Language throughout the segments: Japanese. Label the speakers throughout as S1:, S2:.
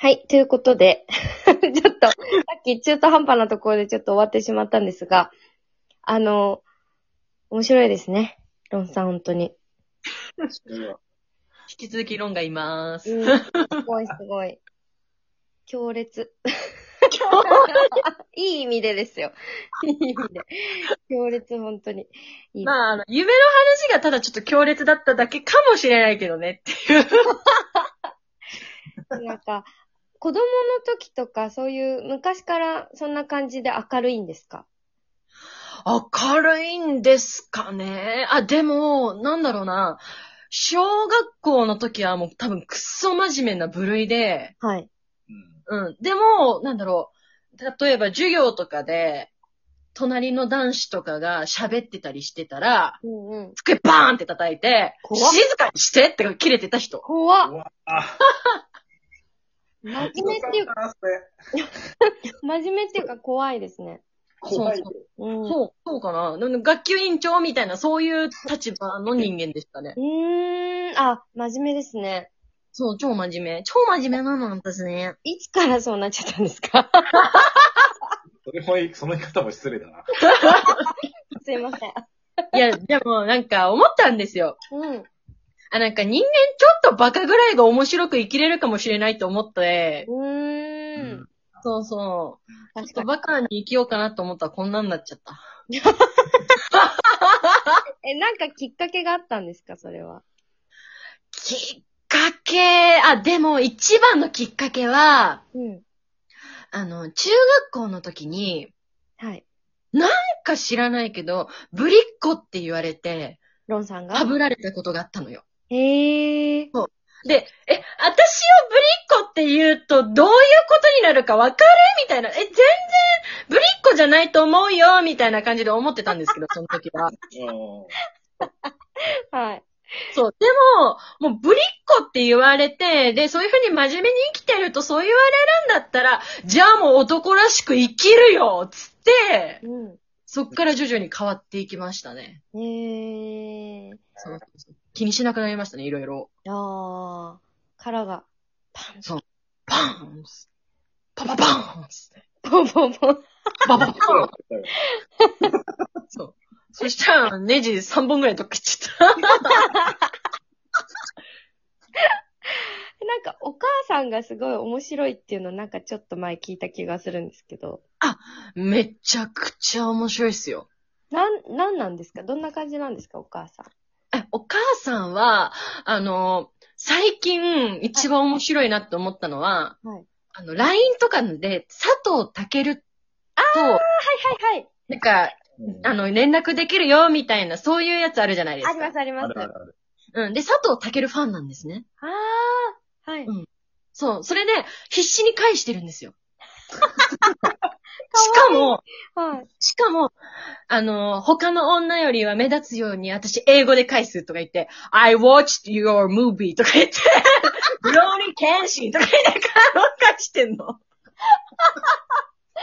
S1: はい、ということで、 ちょっと、さっき中途半端なところでちょっと終わってしまったんですが、あの、面白いですね。ロンさん、本当に。
S2: 引き続きロンがいま
S1: う
S2: す。
S1: ん、すごい、すごい。強烈。いい意味でですよ。いい意味で。強烈、本当に。いい
S2: まあ、あの、夢の話がただちょっと強烈だっただけかもしれないけどねっていう。
S1: なんか、子供の時とか、そういう、昔からそんな感じで明るいんですか
S2: 明るいんですかね。あ、でも、なんだろうな。小学校の時はもう多分くっそ真面目な部類で、
S1: はい。
S2: うん。でも、なんだろう。例えば授業とかで、隣の男子とかが喋ってたりしてたら、
S1: うんうん。
S2: 机バーンって叩いて、
S1: 怖っ
S2: 静かにしてって切れてた人。
S1: 怖っ
S3: うわあ、
S1: 真面目っていうか、
S3: か、
S1: 真面目っていうか怖いですね。
S3: 怖いよ。
S1: うん。う
S2: そう、そうかな。なんか学級委員長みたいな、そういう立場の人間でしたね。
S1: ーん、あ、真面目ですね。
S2: そう、超真面目。超真面目なの、私ね。
S1: いつからそうなっちゃったんですか
S3: それもいい、その言い方も失礼だな。
S1: すいません。
S2: いや、でも、なんか、思ったんですよ。
S1: うん。
S2: あ、なんか人間ちょっとバカぐらいが面白く生きれるかもしれないと思って、
S1: う
S3: う
S1: ーん。。
S2: そうそう。ち
S1: 確か
S2: ょっと
S1: に。
S2: バカに生きようかなと思ったらこんなんなっちゃった。
S1: え、なんかきっかけがあったんですかそれは。
S2: きっかけ、あ、でも一番のきっかけは、
S1: うん。
S2: あの、中学校の時に、
S1: はい。
S2: なんか知らないけど、ぶりっ子って言われて、
S1: ロンさんが
S2: かぶられたことがあったのよ。
S1: へえ。
S2: で、え、私をぶりっ子って言うとどういうことになるかわかるみたいな。え、全然ぶりっ子じゃないと思うよみたいな感じで思ってたんですけど、その時は。
S1: はい。
S2: そう。でも、もうぶりっ子って言われて、で、そういうふうに真面目に生きてるとそう言われるんだったら、じゃあもう男らしく生きるよつって、
S1: う
S2: そっから徐々に変わっていきましたね。
S1: ん。へえ。
S2: そうそうそう気にしなくなりましたね、いろいろ。
S1: あー。殻が、パン、
S2: パーンパパパーン
S1: ポンポン ポン。
S2: ババパーンそう。そしたら、ネジ3本ぐらいどっか行っちゃった。
S1: なんか、お母さんがすごい面白いっていうのなんかちょっと前聞いた気がするんですけど。
S2: めちゃくちゃ面白いっすよ。
S1: なん、なんなんですかどんな感じなんですかお母さん。
S2: え、お母さんは、あの、最近一番面白いなって思ったのは、
S1: はい
S2: あの、LINE とかで、佐藤健と、
S1: はいはい。
S2: なんか、あの、連絡できるよ、みたいな、そういうやつあるじゃないです
S1: あ
S2: か。
S1: りますあります。あ
S2: うん。で、佐藤健ファンなんですね。
S1: あー。はい。
S2: うんそう。それで、必死に返してるんですよ。し
S1: か
S2: かも、
S1: はい。
S2: しかも、あの、他の女よりは目立つように、私英語で返すとか言って、I watched your movie とか言って、 ローリー・ケンシーとか言って、 返してんの。
S1: え、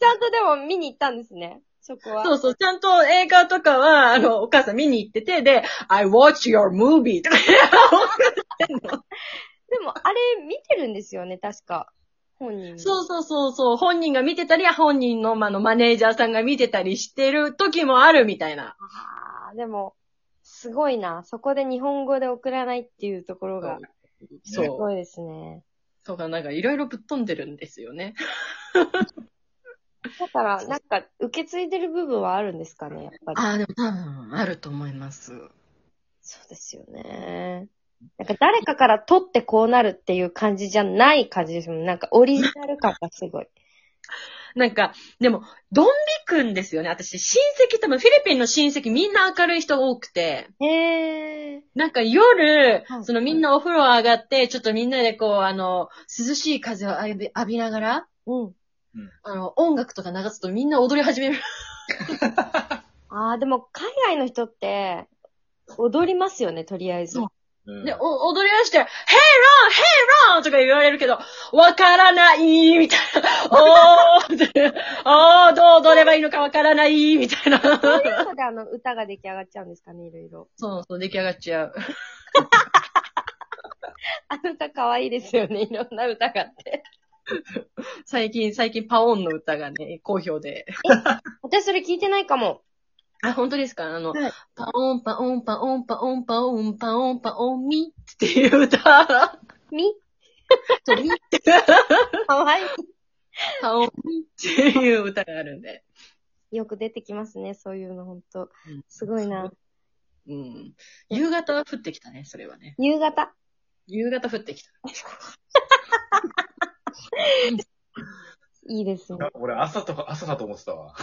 S1: ちゃんとでも見に行ったんですね。そこは。
S2: そうそう、ちゃんと映画とかは、あの、お母さん見に行ってて、で、I watched your movie とか言って、
S1: でも、あれ見てるんですよね、確か。本人も。
S2: そうそうそうそう、本人が見てたり、本人の、まあの、マネージャーさんが見てたりしてる時もあるみたいな。
S1: ああ、でも、すごいな。そこで日本語で送らないっていうところが、す
S2: そう
S1: ごいですね。
S2: とか、なんかいろいろぶっ飛んでるんですよね。
S1: だから、なんか、受け継いでる部分はあるんですかね、やっぱり。
S2: ああ、でも多分、あると思います。
S1: そうですよね。なんか、誰かから取ってこうなるっていう感じじゃない感じですもん。なんか、オリジナル感がすごい。
S2: なんか、でも、ドンビくんですよね。私、親戚、多分フィリピンの親戚みんな明るい人が多くて、
S1: へえ。
S2: なんか夜
S1: は、い
S2: そのみんなお風呂上がって、ちょっとみんなでこう、あの、涼しい風を浴び浴びながら、
S1: うん。
S2: あの、音楽とか流すとみんな踊り始める。
S1: ああ、でも、海外の人って、踊りますよね、とりあえず。
S2: そう
S3: うん
S2: で、お踊り出して、Hey Ron! Hey Ron! とか言われるけど、わからないみたい な。おーみたいなおーどう踊ればいいのかわからないみたいな。
S1: そういうので、あの、歌が出来上がっちゃうんですかね、いろいろ。
S2: そうそう、出来上がっちゃう。
S1: あの歌可愛いですよね。いろんな歌があって。
S2: 最近、最近パオンの歌がね、好評で。
S1: 私それ聞いてないかも。
S2: あ、本当ですかあの、
S1: はい
S2: パオンパオンパオンパオンパオンパオンパオンミっていう歌。
S1: み
S2: とミって、
S1: 可愛
S2: パオンミっていう歌があるんで。
S1: い。よく出てきますね。そういうの、ほんと
S2: うん。
S1: すごいな。
S2: うん。夕方は降ってきたね、それはね。
S1: 夕方。
S2: 夕方降ってきた。
S1: いいですね。
S3: 俺、朝とか、朝だと思ってた わ。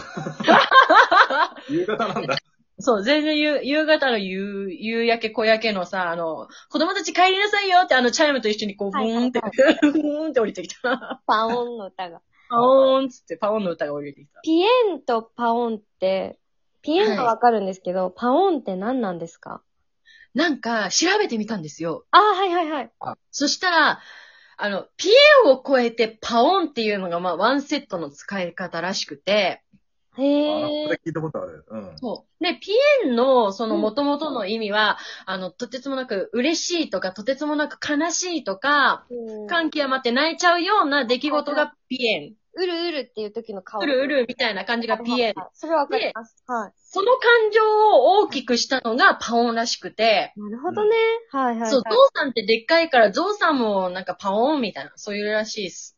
S3: 夕方なんだ。
S2: そう、全然夕夕方の夕、夕焼け小焼けのさ、あの、子供たち帰りなさいよってあのチャイムと一緒にこう、ブ
S1: はい
S2: ーンって、
S1: は
S2: ブーンって降りてきた。
S1: パオンの歌が。
S2: パオーンっつって、パオーンの歌が降りてきた。
S1: ピエンとパオンって、ピエンがわかるんですけど、パオンって何なんですか
S2: なんか、調べてみたんですよ。
S1: あー、はいはいはい。
S2: そしたら、あの、ピエンを超えてパオーンっていうのが、まあ、ワンセットの使い方らしくて、
S3: あ
S1: へ
S3: そ
S1: え。
S3: れ聞いたことある。うん。
S2: そう。で、ピエンの、その元々の意味は、あの、とてつもなく嬉しいとか、とてつもなく悲しいとか、感極まって泣いちゃうような出来事がピエン。
S1: うるうるっていう時の顔。
S2: うるうるみたいな感じがピエン。
S1: はいそれはわかります。はい。
S2: その感情を大きくしたのがパオンらしくて、
S1: なるほどね。はいはいはい。
S2: そう、ゾウさんってでっかいから、ゾウさんもなんかパオンみたいな、そういうらしいっす。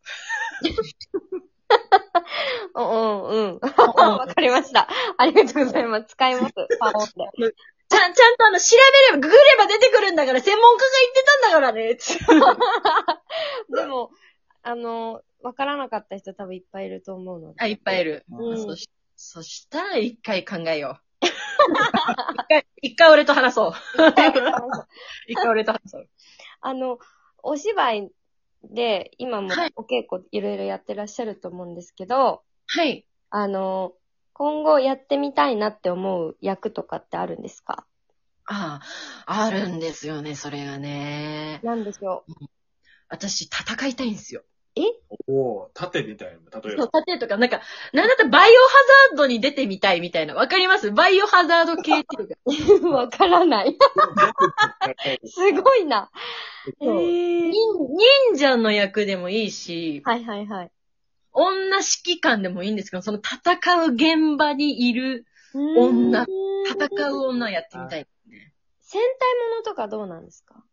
S1: うんうん うん。わかりました。ありがとうございます。使います。パオンで。
S2: ちゃん、ちゃんとあの、調べれば、ググれば出てくるんだから、専門家が言ってたんだからね。
S1: でも、あの、わからなかった人多分いっぱいいると思うので。
S2: あ、いっぱいいる。
S1: うん
S2: そしそしたら、一回考えよう。 一回、一回俺と話そう。 一回俺と話そう。
S1: あの、お芝居で、今も
S2: はい
S1: お稽古いろいろやってらっしゃると思うんですけど、
S2: はい。
S1: あの、今後やってみたいなって思う役とかってあるんですか
S2: ああ、あるんですよね、それがね。
S1: なんでしょ
S2: 私、戦いたいんですよ。
S3: おお縦みたいな、例え
S2: そう、
S3: ば。
S2: 盾とか、なんか、なんだったらバイオハザードに出てみたいみたいな。わかりますバイオハザード系って いうか。
S1: う わからない。すごいな。え
S2: そう
S1: ー
S2: 忍者の役でもいいし、
S1: はいはいはい。
S2: 女指揮官でもいいんですけど、その戦う現場にいる、女
S1: うーん
S2: 戦う女をやってみたい。
S1: 戦隊ものとかどうなんですか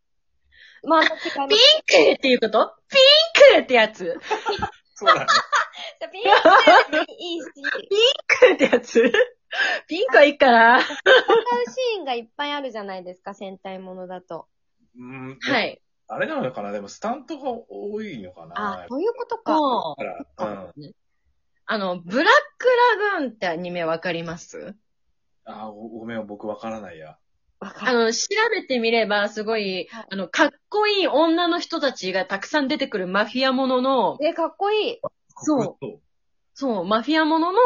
S1: まあ、違います
S2: ピンクっていうことピンクってやつ
S3: そうだね。
S1: ピンクでもいいし、
S2: ピンクってやつピンクはいいから。
S1: 戦うシーンがいっぱいあるじゃないですか、戦隊ものだと。
S3: うん。。
S2: はいい。
S3: あれなのかなでも、スタントが多いのかな
S1: あ、そういうことか。
S2: も
S3: だか
S2: う
S3: ら、うん。
S2: あの、ブラックラグーンってアニメわかります
S3: あ、ごごめん、僕わからないや。。
S1: わか
S2: あ
S1: る。
S2: の、調べてみれば、すごい
S1: はい、
S2: あの、かっこいい女の人たちがたくさん出てくるマフィアものの、
S1: え、かっこいい。
S2: そう
S3: そう
S2: そう、マフィアものの、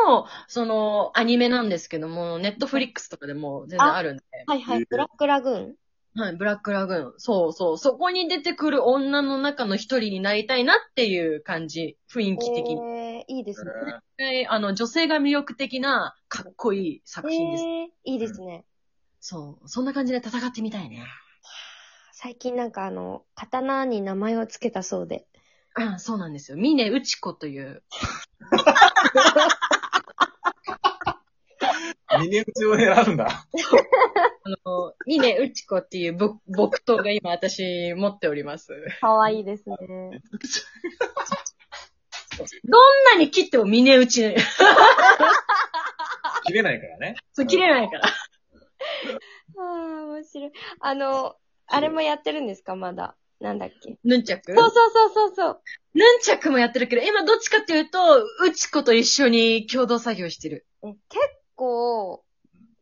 S2: その、アニメなんですけども、ネットフリックスとかでも全然あるんで。
S1: はいは
S3: え
S1: い
S3: ー。
S1: ブラックラグーン。
S2: はい、ブラックラグーン。そうそう。そこに出てくる女の中の一人になりたいなっていう感じ。雰囲気的に。
S1: えー、いいですね。
S3: えー
S2: はいあの、女性が魅力的な、かっこいい作品です。
S1: えー、いいですね。
S2: そう。そんな感じで戦ってみたいね。
S1: 最近なんかあの、刀に名前を付けたそうで。
S2: あそうなんですよ。ミネウチコという。
S3: ミニ打ちを選んだ。
S2: あの、ミネウチコっていうぼ 木刀が今私持っております。
S1: かわいいですね。
S2: どんなに切ってもミネウチ。
S3: 切れないからね。
S2: そう切れないから。
S1: ああ、面白い。あの、あれもやってるんですか、まだ。なんだっけ。
S2: ヌンチャク
S1: そうそうそうそうそう。
S2: ヌンチャクもやってるけど、今どっちかっていうと、ウチコと一緒に共同作業してる。
S1: え結構、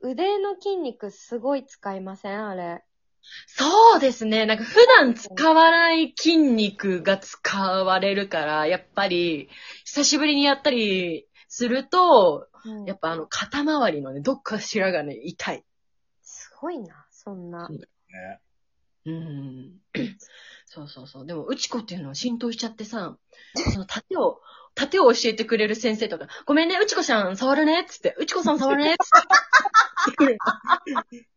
S1: 腕の筋肉すごい使いませんあれ。
S2: そうですね。なんか普段使わない筋肉が使われるから、やっぱり、久しぶりにやったりすると、
S1: うん
S2: やっぱあの、肩周りのね、どっかしらがね、痛い。
S1: すごいな、そんな。
S3: ね。
S2: うん。そうそうそう。でも、うちこっていうのを浸透しちゃってさ、その盾を、盾を教えてくれる先生とか、ごめんね、うちこさん触るねっつって、うちこさん触るねっつって。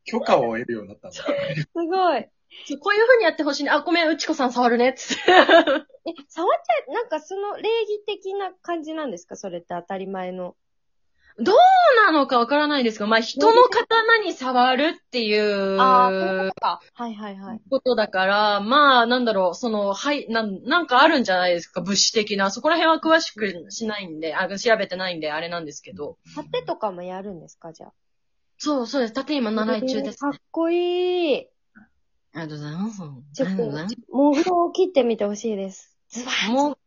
S3: 許可を得るようになったんだ。
S1: すごい。
S2: そうこういう風にやってほしいね。あ、ごめん、うちこさん触るね、つって。
S1: え、触っちゃい、なんかその礼儀的な感じなんですかそれって当たり前の。
S2: そうなのかわからないですが、まあ、人の刀に触るっていう。
S1: ああ、そういうことか。はいはいはい。
S2: ことだから、まあ、なんだろう、その、はい、なん、なんかあるんじゃないですか、物資的な。そこら辺は詳しくしないんで、あ、調べてないんで、あれなんですけど。
S1: 盾とかもやるんですかじゃあ。
S2: そう、そうです。縦今習い中です。
S1: えー
S2: あ
S1: かっこいい。
S2: りがとうございます。 あ
S1: ち
S2: り
S1: ょ
S2: が
S1: っ
S2: と
S1: と
S2: うございます。、
S1: モグロを切ってみてほしいです。ズバッ
S2: もう、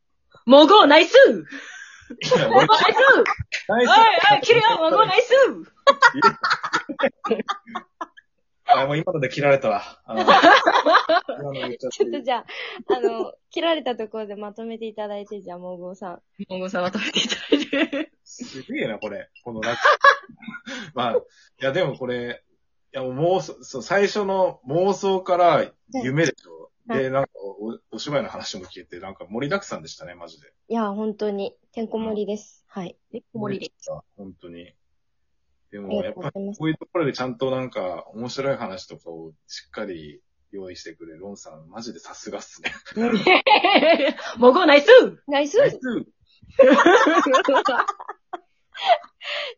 S2: もごナイス
S3: いや、
S2: ナ
S3: 俺、
S2: イスおい
S3: ナイス。
S2: おい、切れよ、もごナイス
S3: あ、もう今ので切られたわ。 あの今の言っちゃって
S1: ちょっとじゃあ、あの、切られたところでまとめていただいて、じゃあ、モグロさん。
S2: もごさんは食べていただいて。
S3: すげえな、これ。このラッまあ、いや、でもこれ、いや、もう妄想、そう、最初の妄想から夢でしょ。
S1: はい
S3: で、なんかお、お芝居の話も聞いて、なんか盛りだくさんでしたね、マジで。
S1: いや、本当に、てんこ盛りです。はい。
S2: 盛りで。
S3: 本当に。で
S1: あり
S3: も、
S1: が
S3: やっ
S1: とうご
S3: ぱり
S1: ざいます。
S3: こういうところでちゃんとなんか、面白い話とかをしっかり用意してくれるロンさん、マジでさすがっ すね。
S2: もごナイス
S1: ナイス
S3: ナイス
S1: と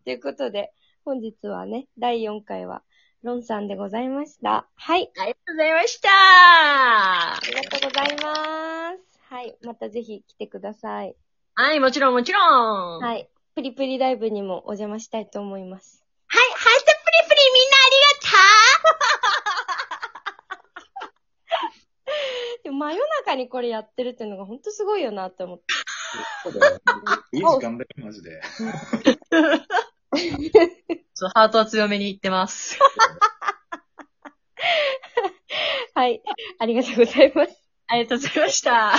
S1: いうことで、本日はね、第4回は、ロンさんでございました。はい。
S2: ありがとうございました
S1: ありがとうございます。はい。またぜひ来てください。
S2: はい、もちろんもちろん。
S1: はい。プリプリライブにもお邪魔したいと思います。
S2: はい、ハイスプリプ
S1: で
S2: リみんな
S1: も真夜中にこれやってるっていうのが本当すごいよなって思って。
S3: そうだよ。いい時間だよ、マジで。
S2: ちょっとハートは強めに言ってます。
S1: はい。ありがとうございます。
S2: ありがとうございました。